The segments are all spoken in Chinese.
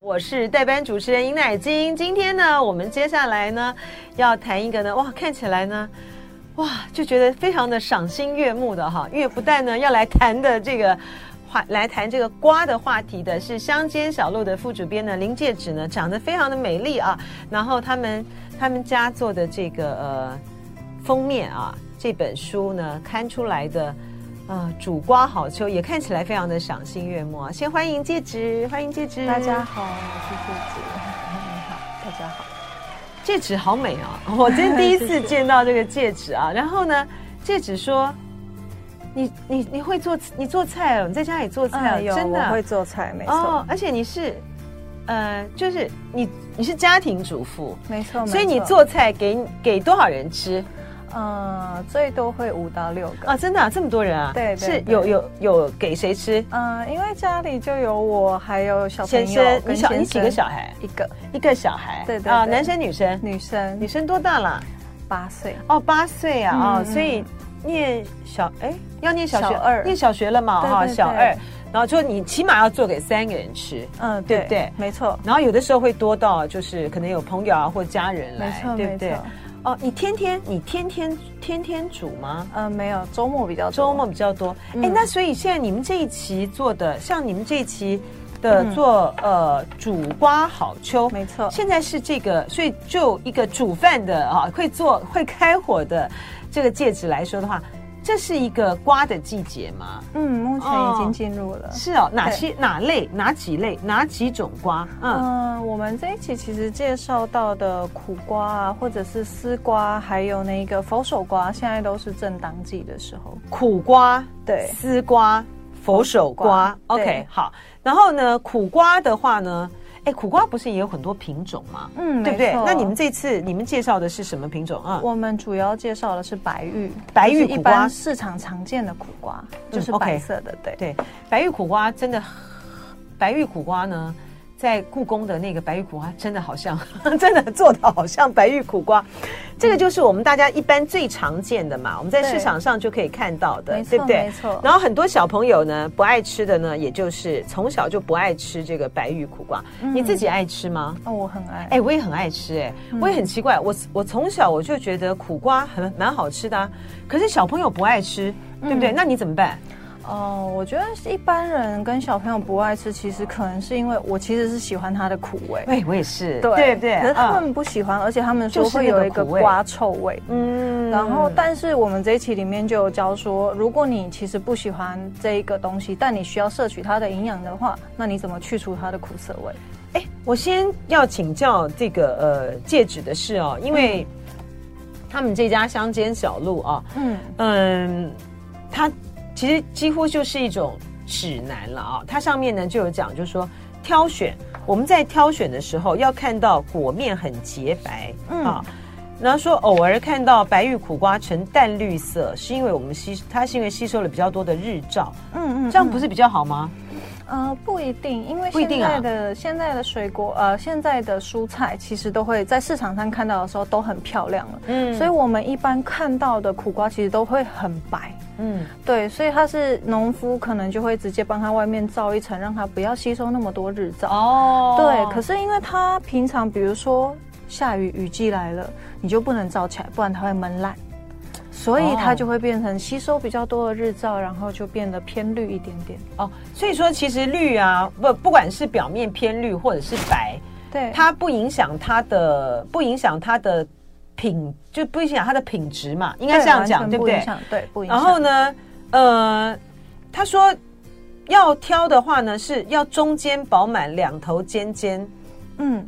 我是代班主持人尹乃金。今天呢，我们接下来呢要谈一个呢，哇，看起来呢，哇，就觉得非常的赏心悦目的哈。因为不但呢要来谈的这个话，来谈这个瓜的话题的是乡间小路的副主编呢林介芷呢，长得非常的美丽啊。然后他们他们家做的这个呃封面啊，这本书呢刊出来的。啊、呃，主瓜好秋也看起来非常的赏心悦目啊！先欢迎戒指，欢迎戒指。大家好，我是戒指。 你好，大家好。戒指好美 啊！我今天第一次见到这个戒指啊。然后呢，戒指说：“你你你会做你做菜哦？你在家里做菜、嗯、真的我会做菜，没错。哦，而且你是呃，就是你你是家庭主妇，没错。所以你做菜给给多少人吃？”嗯，最多会五到六个啊！真的、啊、这么多人啊？对,对,对，是有有有给谁吃？嗯，因为家里就有我，还有小朋友先跟先生。你小你几个小孩？一个一个小孩。对对啊，男生女生？女生女生多大了？八岁哦，八岁啊啊、嗯哦！所以念小哎要念小学二，念小学了嘛哈、哦，小二。然后就你起码要做给三个人吃，嗯，对不对？没错。然后有的时候会多到就是可能有朋友啊或家人来，对不对？哦，你天天你天天天天煮吗？嗯、呃，没有，周末比较周末比较多。哎、嗯，那所以现在你们这一期做的，像你们这一期的做、嗯、呃煮瓜好秋，没错。现在是这个，所以就一个煮饭的啊，会做会开火的这个戒指来说的话，这是一个瓜的季节吗？嗯，目前已经进入了。哦是哦，哪些哪类哪几类哪几种瓜？嗯。呃我们这一期其实介绍到的苦瓜啊，或者是丝瓜，啊还有那个佛手瓜，现在都是正当季的时候。苦瓜对，丝瓜、佛手瓜,瓜，OK，好。然后呢，苦瓜的话呢，哎，苦瓜不是也有很多品种吗？嗯，对不对？那你们这次你们介绍的是什么品种啊？我们主要介绍的是白玉，白玉苦瓜，就是、一般市场常见的苦瓜，就是白色的，嗯 okay、对对。白玉苦瓜真的，白玉苦瓜呢？在故宫的那个白玉苦瓜，真的好像， 真的做的好像白玉苦瓜，这个就是我们大家一般最常见的嘛，我们在市场上就可以看到的，对不对？嗯没错。然后很多小朋友呢不爱吃的呢，也就是从小就不爱吃这个白玉苦瓜。嗯、你自己爱吃吗？哦，我很爱。哎、欸，我也很爱吃、欸，哎、嗯，我也很奇怪，我我从小我就觉得苦瓜很蛮好吃的、啊，可是小朋友不爱吃，对不对？嗯、那你怎么办？哦、呃，我觉得一般人跟小朋友不爱吃，其实可能是因为我其实是喜欢它的苦味。哎、欸，我也是，对对对。可是他们不喜欢，嗯、而且他们说会有一个瓜臭味。嗯。然后，但是我们这一期里面就有教说，如果你其实不喜欢这一个东西，但你需要摄取它的营养的话，那你怎么去除它的苦涩味？哎、欸，我先要请教这个呃戒指的事哦，因嗯为他们这家乡间小路啊，嗯嗯，它。其实几乎就是一种指南了啊！它上面呢就有讲，就是说挑选，我们在挑选的时候要看到果面很洁白、嗯、啊，然后说偶尔看到白玉苦瓜呈淡绿色，是因为我们吸它是因为吸收了比较多的日照，嗯嗯,嗯，这样不是比较好吗？呃，不一定，因为现在的、啊、现在的水果，呃，现在的蔬菜其实都会在市场上看到的时候都很漂亮了，嗯，所以我们一般看到的苦瓜其实都会很白，嗯，对，所以它是农夫可能就会直接帮它外面罩一层，让它不要吸收那么多日照，哦，对，可是因为它平常比如说下雨雨季来了，你就不能罩起来，不然它会闷烂。所以它就会变成吸收比较多的日照，然后就变得偏绿一点点哦。所以说，其实绿啊，不不管是表面偏绿或者是白，对它不影响它的，不影响它的品，就不影响它的品质嘛，应该这样讲，对不对？对，不影响。然后呢，呃，他说要挑的话呢，是要中间饱满，两头尖尖，嗯，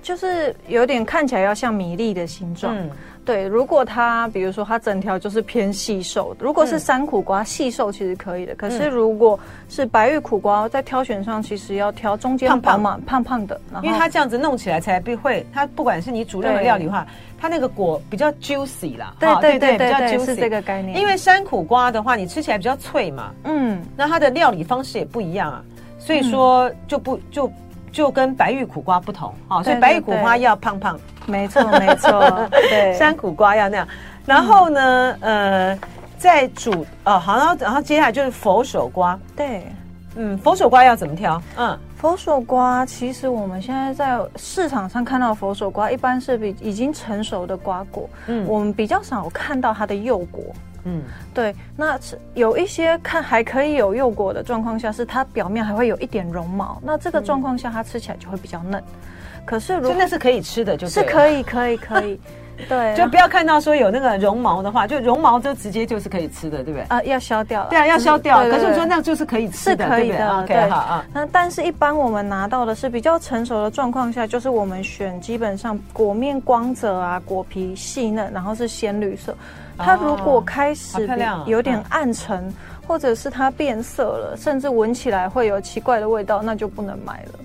就是有点看起来要像米粒的形状。嗯对，如果它比如说它整条就是偏细瘦的，如果是山苦瓜、嗯、细瘦其实可以的，可嗯是如果是白玉苦瓜，在挑选上其实要挑中间胖嘛胖胖的，因为它这样子弄起来才不会，它不管是你煮任何料理的话，它那个果比较 juicy 啦，对对对对，比较 juicy 是这个概念。因为山苦瓜的话，你吃起来比较脆嘛，嗯，那它的料理方式也不一样啊，所以说就不、嗯、就。就跟白玉苦瓜不同，好、哦，所以白玉苦瓜要胖胖，没错没错，对，山苦瓜要那样。然后呢，嗯、呃，再煮哦，好，然后然后接下来就是佛手瓜，对，嗯，佛手瓜要怎么挑？嗯，佛手瓜其实我们现在在市场上看到佛手瓜，一般是比已经成熟的瓜果，嗯，我们比较少看到它的幼果。嗯，对，那有一些看还可以有幼果的状况下，是它表面还会有一点绒毛，那这个状况下它吃起来就会比较嫩。可是如真的是可以吃的就，就是可以，可以，可 以。对、啊，就不要看到说有那个绒毛的话，就绒毛就直接就是可以吃的，对不对？啊、呃，要削掉了。嗯对啊，要削掉。可是我说那就是可以吃的，是可以的。对啊。那、okay, 但是，一般我们拿到的是比较成熟的状况下，就是我们选基本上果面光泽啊，果皮细嫩，然后是鲜绿色。它如果开始有点暗沉，哦啊、或者是它变色了，甚至闻起来会有奇怪的味道，那就不能买了。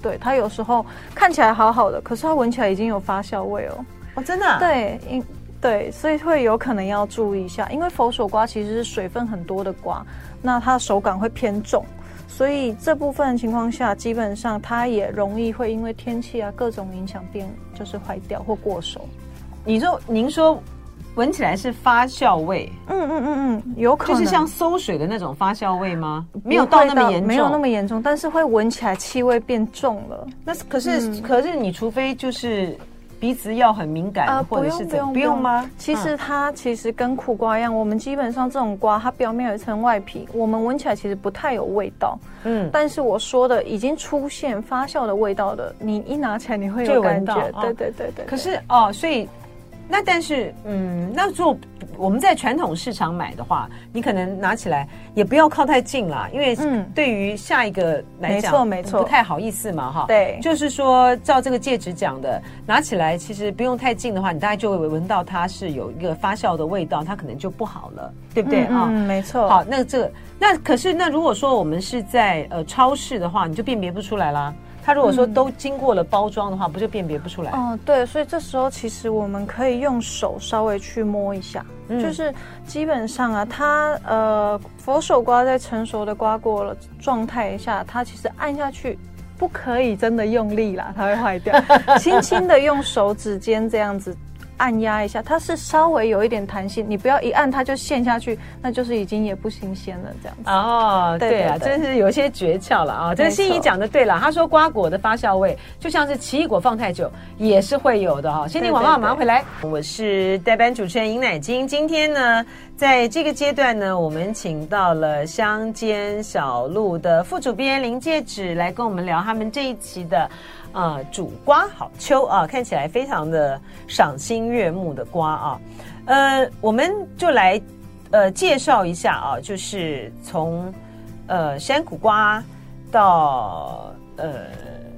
对，它有时候看起来好好的，可是它闻起来已经有发酵味哦。哦，真的、啊、对，因对，所以会有可能要注意一下，因为佛手瓜其实是水分很多的瓜，那它手感会偏重，所以这部分情况下，基本上它也容易会因为天气啊各种影响变，就是坏掉或过熟。你说，您说闻起来是发酵味，嗯嗯嗯嗯，有可能就是像馊水的那种发酵味吗？没有到那么严重，没有那么严重，但是会闻起来气味变重了。那可是、嗯、可是你除非就是。鼻子要很敏感，呃、哎或者是怎不嗯用吗？其实它其实跟苦瓜一样，我们基本上这种瓜，它表面有一层外皮，我们闻起来其实不太有味道。嗯，但是我说的已经出现发酵的味道的，你一拿起来你会有感觉。对对对对。可是哦，所以那但是嗯，那做我们在传统市场买的话，你可能拿起来也不要靠太近啦，因为对于下一个来讲，嗯没错没错，不太好意思嘛哈。对，就是说照这个戒指讲的，拿起来其实不用太近的话，你大概就会闻到它是有一个发酵的味道，它可能就不好了，对不对啊、嗯？嗯，没错。好，那这个那可是那如果说我们是在呃超市的话，你就辨别不出来啦。它如果说都经过了包装的话，嗯、不就辨别不出来？嗯哦、嗯，对，所以这时候其实我们可以用手稍微去摸一下，嗯、就是基本上啊，它呃佛手瓜在成熟的瓜果了状态下，它其实按下去不可以真的用力啦，它会坏掉。轻轻的用手指尖这样子按压一下，它是稍微有一点弹性，你不要一按它就陷下去，那就是已经也不新鲜了这样子。哦，对啊，真是有些诀窍了啊！这心怡讲的对了，他说瓜果的发酵味就像是奇异果放太久也是会有的哈、哦。先听广告，马上回来。我是代班主持人尹乃金，今天呢，在这个阶段呢，我们请到了乡间小路的副主编林介指来跟我们聊他们这一期的。啊、呃，煮瓜好秋啊，看起来非常的赏心悦目的瓜啊，呃，我们就来呃介绍一下啊，就是从呃山苦瓜到呃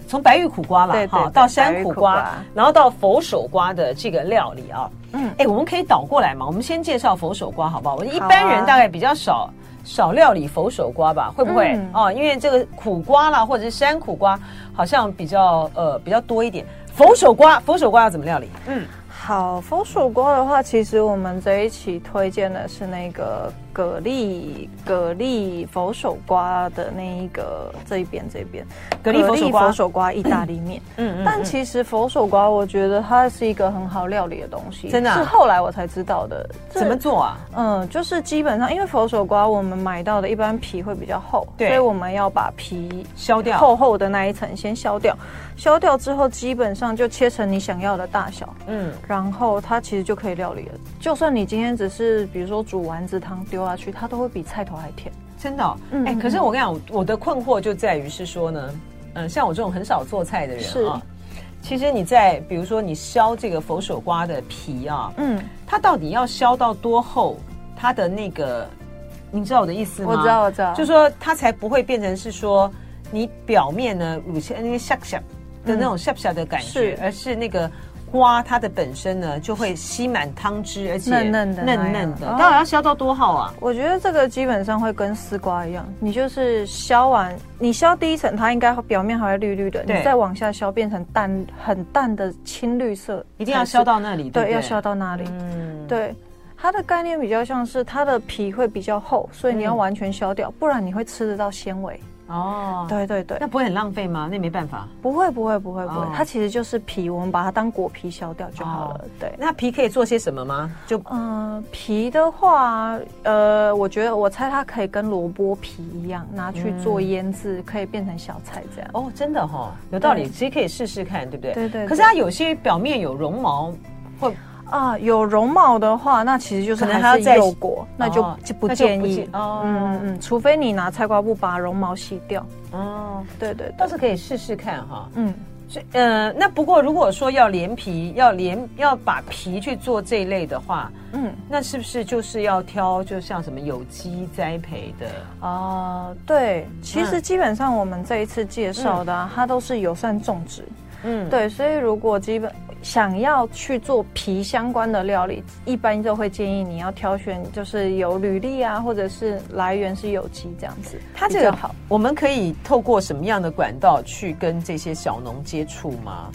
从白玉苦瓜啦，哈，到山苦瓜，然后到佛手瓜的这个料理啊，嗯，哎，我们可以倒过来嘛，我们先介绍佛手瓜好不啊好？我一般人大概比较少。少料理佛手瓜吧，会不会、嗯、哦？因为这个苦瓜啦，或者是山苦瓜，好像比较呃比较多一点。佛手瓜，佛手瓜要怎么料理？嗯，好，佛手瓜的话，其实我们这一期推荐的是那个蛤蜊蛤蜊佛手瓜的那一个这一边这边蛤蜊佛手瓜佛手 瓜意大利面。嗯嗯。但其实佛手瓜，我觉得它是一个很好料理的东西，真的、啊、是后来我才知道的。怎么做啊？嗯，就是基本上因为佛手瓜我们买到的一般皮会比较厚，所以我们要把皮削掉，厚厚的那一层先削掉。削掉之后，基本上就切成你想要的大小，嗯，然后它其实就可以料理了。就算你今天只是比如说煮丸子汤丢下去，它都会比菜头还甜，真的、哦。哎、嗯欸，可是我跟你讲，我的困惑就在于是说呢，嗯，像我这种很少做菜的人啊、哦，其实你在比如说你削这个佛手瓜的皮啊，嗯，它到底要削到多厚，它的那个，你知道我的意思吗？我知道，我知道，就说它才不会变成是说你表面呢乳腺那个下下。的嗯那种下下的感觉，嗯、是而是那个瓜它的本身呢，就会吸满汤汁，而且嫩嫩的哦嫩嫩的。当然要削到多厚啊？我觉得这个基本上会跟丝瓜一样，你就是削完，你削第一层，它应该表面还会绿绿的，你再往下削变成淡很淡的青绿色，一定要削到那里。对,对，要削到那里。嗯，对。它的概念比较像是它的皮会比较厚，所以你要完全削掉，嗯、不然你会吃得到纤维。哦，对对对那，不会很浪费吗？那没办法。不会不会不会不会哦，它其实就是皮，我们把它当果皮削掉就好哦了。对，那皮可以做些什么吗？就嗯，皮的话，呃，我觉得我猜它可以跟萝卜皮一样，拿去做腌制，可以变成小菜这样。哦，真的哈、有道理，对其实可以试试看，对不对？对对对可是它有些表面有绒毛，会啊，有绒毛的话，那其实就是嗯可能还要还是再幼果， 那就哦就不那就不建议建。哦嗯嗯嗯，除非你拿菜瓜布把绒毛洗掉。哦，对对倒对，是可以试试看哈、嗯，所以呃，那不过如果说要连皮，要连要把皮去做这一类的话，嗯，那是不是就是要挑就像什么有机栽培的？啊、哦对，其嗯实基本上我们这一次介绍的、啊，它都是友善种植。嗯，对，所以如果基本想要去做皮相关的料理，一般就会建议你要挑选就是有履历啊，或者是来源是有机这样子，它这比较个好。，我们可以透过什么样的管道去跟这些小农接触吗？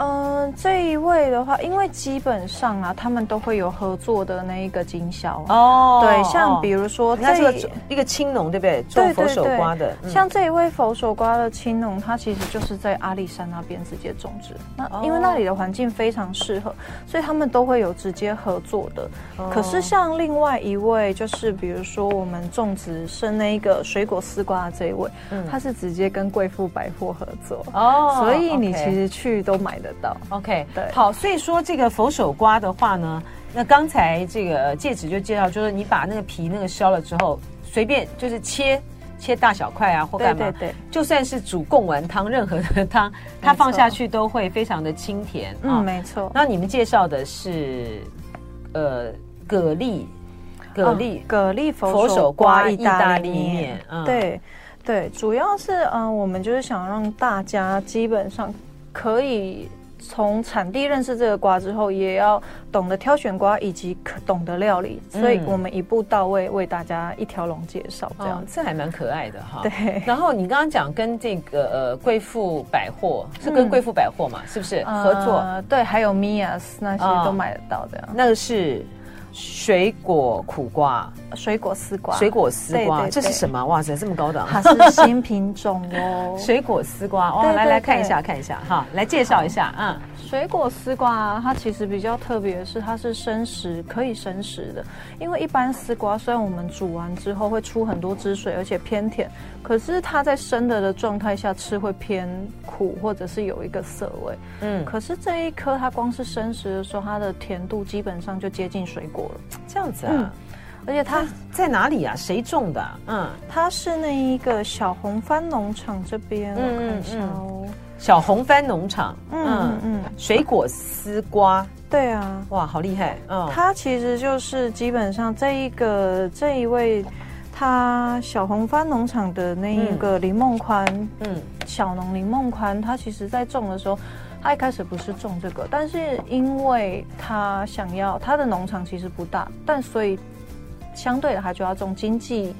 嗯，这一位的话，因为基本上啊，他们都会有合作的那一个经销。哦对，像比。如说你看这这个一种一个青农，对不对？种佛手瓜的，嗯像这一位佛手瓜的青农，他其实就是在阿里山那边直接种植。哦那因为那里的环境非常适合，所以他们都会有直接合作的。哦可是像另外一位，就是比如说我们种植生那个水果丝瓜的这一位，他是直接跟贵妇百货合作。嗯哦所以你 OK 其实去都买得到， OK，对好，所以说这个佛手瓜的话呢，那刚才这个戒指就介绍，就是你把那个皮那个削了之后，随便就是切切大小块啊，或干嘛，对对对就算是煮贡丸汤，任何的汤，它放下去都会非常的清甜啊。嗯，没错，然后你们介绍的是呃蛤蜊，哦蛤蜊嗯、蛤蜊佛佛手手瓜瓜意意大大利利面面，嗯对对，主要是嗯、呃我们就是想让大家基本上可以从产地认识这个瓜之后，也要懂得挑选瓜以及可懂得料理，所以嗯我们一步到位，为大家一条龙介绍哦这这样样子。这还蛮可爱的哈。。对，然后你刚刚讲跟这个呃贵妇百货是跟嗯贵妇百货嘛，是不是合作？呃对，还有 Mias 那些哦都买得到的、那个是水果苦瓜，水果丝瓜，哦水果丝瓜，对对这是什么？哇塞，这么高档！。它是新品种哦 水果丝瓜，哇，对对来来对看一下，看一下哈，来介绍一下，嗯，水果丝瓜、啊、它其实比较特别的是，它是生食，可以生食的。因为一般丝瓜虽然我们煮完之后会出很多汁水，而且偏甜，可是它在生的的状态下吃会偏苦，或者是有一个涩味。嗯嗯，可是这一颗它光是生食的时候，它的甜度基本上就接近水果了，这样子嗯啊，而且它在哪里啊？谁种的啊？嗯，它是那一个小红番农场这边，嗯我看一下哦。小红帆农场，嗯嗯嗯，嗯嗯，水果丝瓜，对啊。哇，好厉害，嗯，它其实就是基本上这一个这一位，他小红帆农场的那一个林梦宽、嗯，小农林梦宽，他其实在种的时候，他一开始不是种这个，但是因为他想要他的农场其实不大，但所以相对的他就要种经济。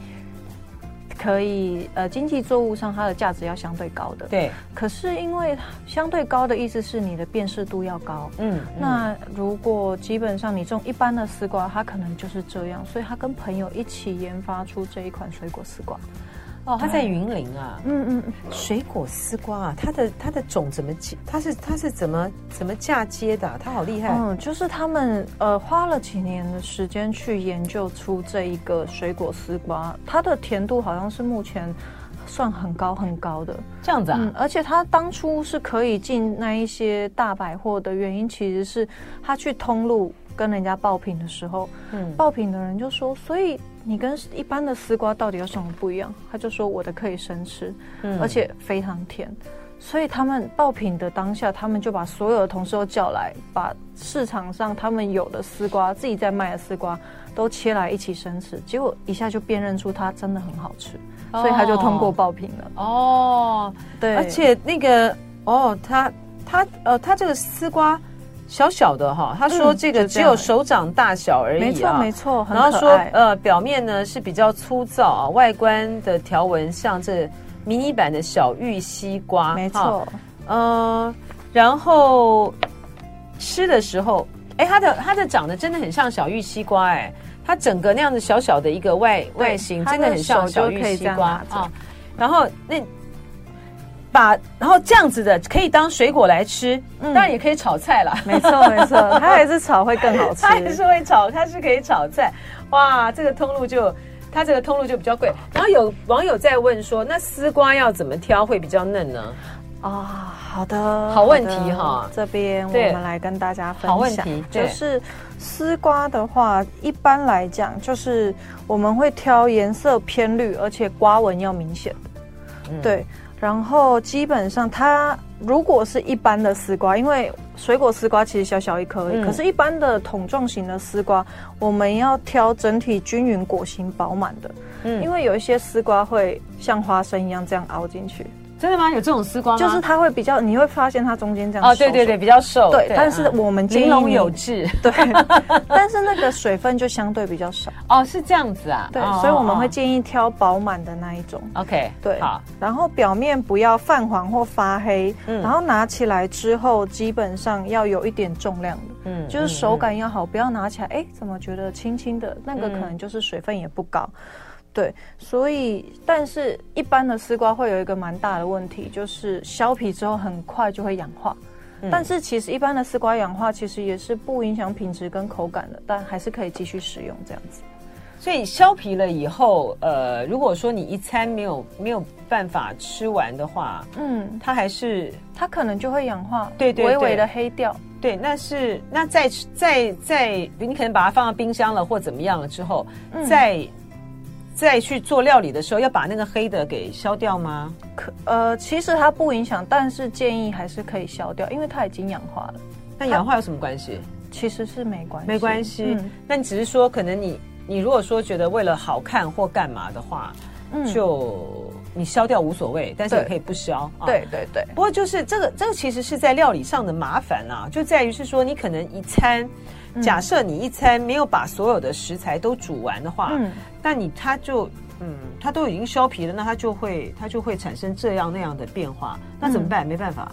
可以，呃，经济作物上它的价值要相对高的，。对，可是因为它相对高的意思是你的辨识度要高，嗯，嗯那如果基本上你种一般的丝瓜，它可能就是这样，所以他跟朋友一起研发出这一款水果丝瓜。哦，它在云林啊，嗯嗯嗯，水果丝瓜啊，它的它的种怎么接？它是它是怎么怎么嫁接的啊？它好厉害，嗯，就是他们呃花了几年的时间去研究出这一个水果丝瓜，它的甜度好像是目前算很高很高的。这样子啊嗯，，而且它当初是可以进那一些大百货的原因，其实是他去通路跟人家爆品的时候，嗯爆品的人就说，所以你跟一般的丝瓜到底有什么不一样？他就说我的可以生吃，嗯而且非常甜。所以他们爆品的当下，他们就把所有的同事都叫来，把市场上他们有的丝瓜，自己在卖的丝瓜，都切来一起生吃。结果一下就辨认出它真的很好吃，所以他就通过爆品了。哦，对，而且那个哦，他他呃，他这个丝瓜小小的哈、他说嗯这个就只这样有手掌大小而已、啊没错没错，很然后可说爱呃，表面呢是比较粗糙啊，外观的条纹像这迷你版的小玉西瓜，没哈，错，嗯、然后吃的时候，哎，它的它的长得真的很像小玉西瓜、哎，它整个那样子小小的一个外外形，它真的的很像手就小玉可以西这样瓜拿着啊。然后那把然后这样子的可以当水果来吃，嗯当然也可以炒菜啦。没错没错，它还是炒会 更好吃。它也是会炒，它是可以炒菜。哇，这个通路就它这个通路就比较贵。然后有网友在问说，那丝瓜要怎么挑会比较嫩呢？啊、好的，好问题好的哈这边我对们来跟大家分享，好问题对就是丝瓜的话，一般来讲就是我们会挑颜色偏绿，而且瓜纹要明显的，嗯对。然后基本上它如果是一般的丝瓜，因为水果丝瓜其实小小一颗而已，嗯可是一般的桶状型的丝瓜，我们要挑整体均匀、果形饱满的，嗯因为有一些丝瓜会像花生一样这样凹进去。真的吗？有这种丝瓜吗？就是它会比较，你会发现它中间这样啊哦，对对对，瘦比较瘦。瘦对，但是嗯我们建议玲珑你有致。对， 但是那个水分就相对比较少，哦，是这样子啊。对哦，所以我们会哦建议挑饱满的那一种。哦 OK 对好，然后表面不要泛黄或发黑，嗯然后拿起来之后基本上要有一点重量的，嗯就是手感要好，不要拿起来，哎，怎么觉得轻轻的？那个嗯可能就是水分也不高。对，所以但是一般的丝瓜会有一个蛮大的问题，就是削皮之后很快就会氧化。嗯但是其实一般的丝瓜氧化其实也是不影响品质跟口感的，但还是可以继续使用这样子。所以削皮了以后，呃，如果说你一餐没有没有办法吃完的话，嗯，它还是它可能就会氧化，对对对微微的黑掉。对，那是那再吃再再，你可能把它放到冰箱了或怎么样了之后，嗯再再去做料理的时候，要把那个黑的给削掉吗？可呃，其实它不影响，但是建议还是可以消掉，因为它已经氧化了，那氧化有什么关系？其实是嗯没关系，没关系。那你只是说，可能你你如果说觉得为了好看或干嘛的话，嗯就你削掉无所谓，但是对也可以不削。啊对对对，不过就是这个，这个其实是在料理上的麻烦啊，就在于是说，你可能一餐，嗯假设你一餐没有把所有的食材都煮完的话，嗯那你它就，嗯，它都已经削皮了，那它就会它就会产生这样那样的变化，那嗯怎么办？没办法，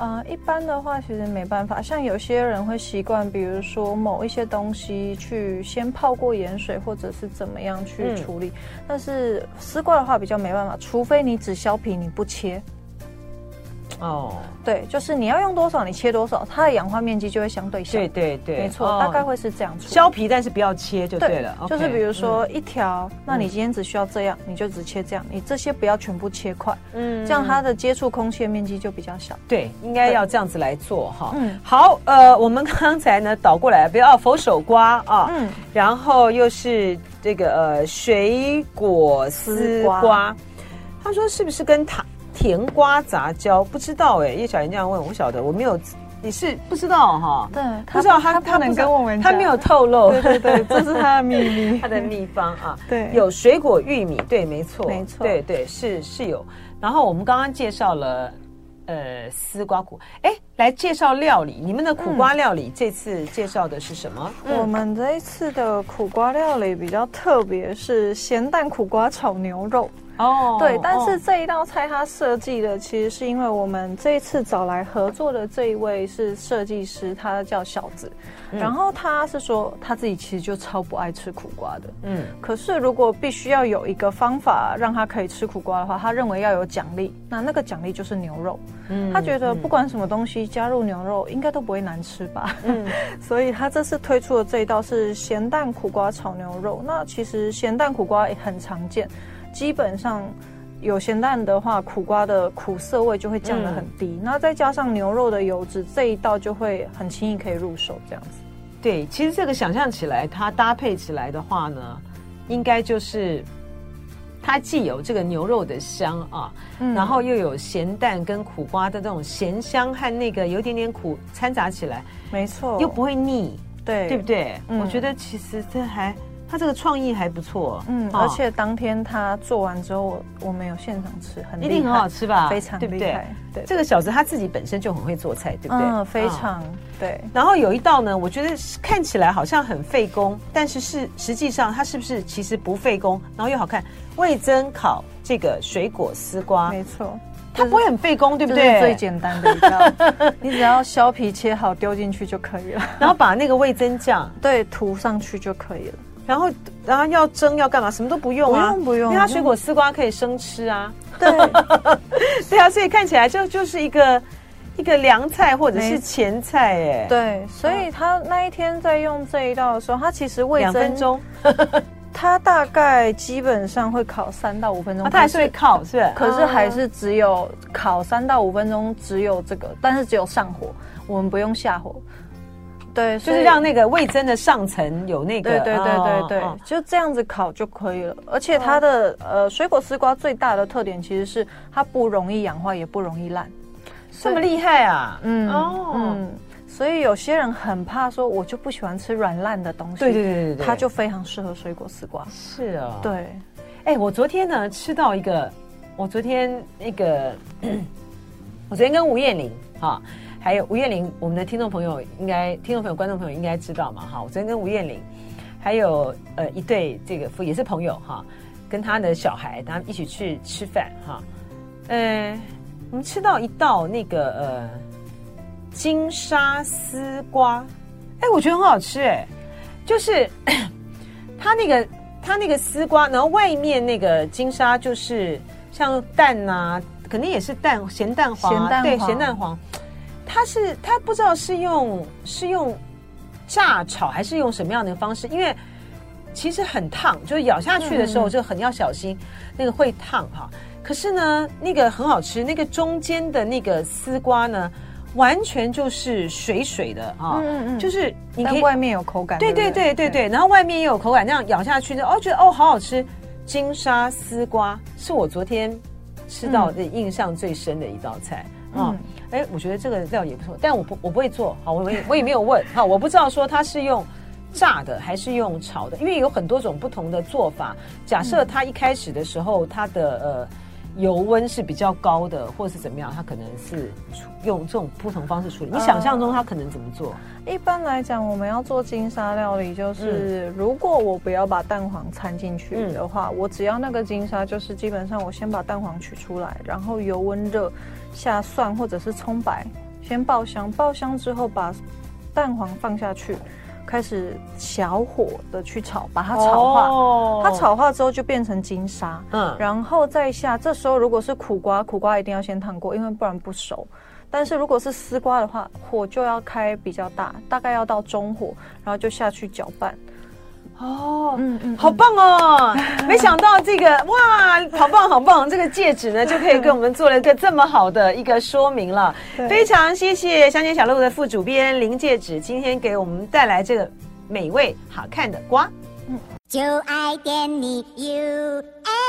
呃，一般的话其实没办法，像有些人会习惯，比如说某一些东西去先泡过盐水，或者是怎么样去嗯处理。但是丝瓜的话比较没办法，除非你只削皮，你不切。哦，对，就是你要用多少你切多少，它的氧化面积就会相对小。对对对，没错，哦大概会是这样处理。削皮，但是不要切就对了，就是 OK，嗯比如说一条，那你今天只需要这样，你就只切这样，你这些不要全部切块，嗯，这这样样它的接触空气的面积就比较小。对，应该对要这样子来做哈。嗯好，呃，我们刚才呢倒过来，不要佛手瓜啊，嗯然后又是这个呃水果丝丝瓜瓜，他说是不是跟糖甜瓜杂交？不知道哎、叶小妍这样问，我不晓得，我没有，你是不知道哈？对不知道他他不能不知道跟我们他讲没有透露。对对对，这是它的秘密他的秘方 啊。对有水果玉米，对，没错，没错对对是是有。然后我们刚刚介绍了。呃，丝瓜苦，哎，来介绍料理。你们的苦瓜料理、这次介绍的是什么？我们这一次的苦瓜料理比较特别，是咸蛋苦瓜炒牛肉。哦对，但是哦这一道菜它设计的其实是因为我们这一次找来合作的这一位是设计师，他叫小子，嗯然后他是说他自己其实就超不爱吃苦瓜的。嗯，可是，如果必须要有一个方法让他可以吃苦瓜的话，他认为要有奖励。那那个奖励就是牛肉。嗯他觉得不管什么东西加入牛肉，应该都不会难吃吧？嗯 所以他这次推出的这一道是咸蛋苦瓜炒牛肉。那其实咸蛋苦瓜也很常见，基本上有咸蛋的话，苦瓜的苦涩味就会降得很低。嗯那再加上牛肉的油脂，这一道就会很轻易可以入手这样子。对，其实这个想象起来，它搭配起来的话呢，应该就是它既有这个牛肉的香啊，嗯然后又有咸蛋跟苦瓜的这种咸香和那个有一点点苦掺杂起来，没错，又不会腻，哦对，对不？对？嗯我觉得其实这还它这个创意还不错，嗯，啊而且当天他做完之后，我我们有现场吃，很一定很好吃，吃吧，非常对不厉对害？，对这个小子他自己本身就很会做菜，对不对？嗯，非啊常、对。然后有一道呢，我觉得是看起来好像很费工，但是是实际上它是不是其实不费工，然后又好看？味增烤这个水果丝瓜，没错，它不会很费工，对不啊这是最对？简单的一道， 你只要削皮切好丢进去就可以了。然后把那个味增酱， 对，涂上去就可以了。然后然后要蒸要干嘛？什么都不用啊，不用不用因为它水果丝瓜可以生吃啊。 对对啊，所以看起来就就是一个一个凉菜或者是前菜哎。对，所以他那一天在用这一道的时候，他其实味两分增，钟，他大概基本上会烤三到五分钟。啊，它还是会烤是不是？可是啊还是只有烤三到五分钟，只有这个，但是只有上火，我们不用下火。对，就所以是让那个味增的上层有那个。对对对哦对对哦，就这样子烤就可以了。而且它的呃水果丝瓜最大的特点其实是它不容易氧化，也不容易烂。这么厉害啊！嗯哦嗯，所以有些人很怕说，我就不喜欢吃软烂的东西。对对对对对，它就非常适合水果丝瓜。是哦。对，哎、我昨天呢吃到一个，我昨天那个，我昨天跟吴艳玲哈，还有吴艳玲，我们的听众朋友应该，听众朋友、观众朋友应该知道嘛哈。我昨天跟吴艳玲，还有呃一对这个夫也是朋友哈，跟他的小孩，他们一起去吃饭哈。呃，我们吃到一道那个呃金沙丝瓜，哎、我觉得很好吃哎、就是 它那个它那个丝瓜，然后外面那个金沙就是像蛋呐、肯定也是蛋咸蛋黄啊、咸蛋对黄咸蛋黄，它是它不知道是用是用炸炒还是用什么样的方式，因为。其实很烫，就是咬下去的时候嗯嗯就很要小心，那个会烫哈。可是呢，那个很好吃，那个中间的那个丝瓜呢，完全就是水水的啊，嗯嗯嗯就是你可但以外面有口感。对对对对不对对，然后外面也有口感，那样咬下去呢，哦，觉得哦好好吃。金沙丝瓜是我昨天吃到的印象最深的一道菜。嗯嗯，哎、我觉得这个料也不错，但我不我不会做，好，我也我也没有问，好，我不知道说它是用炸的还是用炒的，因为有很多种不同的做法。假设它一开始的时候，它的呃油温是比较高的，或是怎么样，它可能是处用这种不同方式处理。你想象中它可能怎么做？一般来讲，我们要做金沙料理，就是、如果我不要把蛋黄掺进去的话，我只要那个金沙，就是基本上我先把蛋黄取出来，然后油温热，下蒜或者是葱白，先爆香，爆香之后把蛋黄放下去，开始小火的去炒，把它炒化。哦它炒化之后就变成金沙，嗯然后再下，这时候如果是苦瓜，苦瓜一定要先烫过，因为不然不熟。但是如果是丝瓜的话，火就要开比较大，大概要到中火，然后就下去搅拌。哦，嗯嗯，好棒 哦！没想到这个哇，好棒好棒！这个戒指呢，就可以给我们做了一个这么好的一个说明了。对非常谢谢乡间小路的副主编林戒指，今天给我们带来这个美味好看的瓜。就爱点你 UFO。